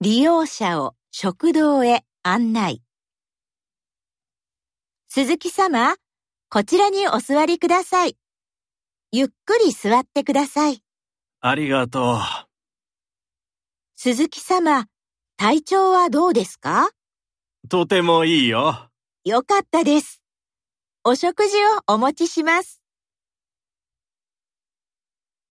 利用者を食堂へ案内。鈴木様、こちらにお座りください。ゆっくり座ってください。ありがとう。鈴木様、体調はどうですかとてもいいよ。よかったです。お食事をお持ちします。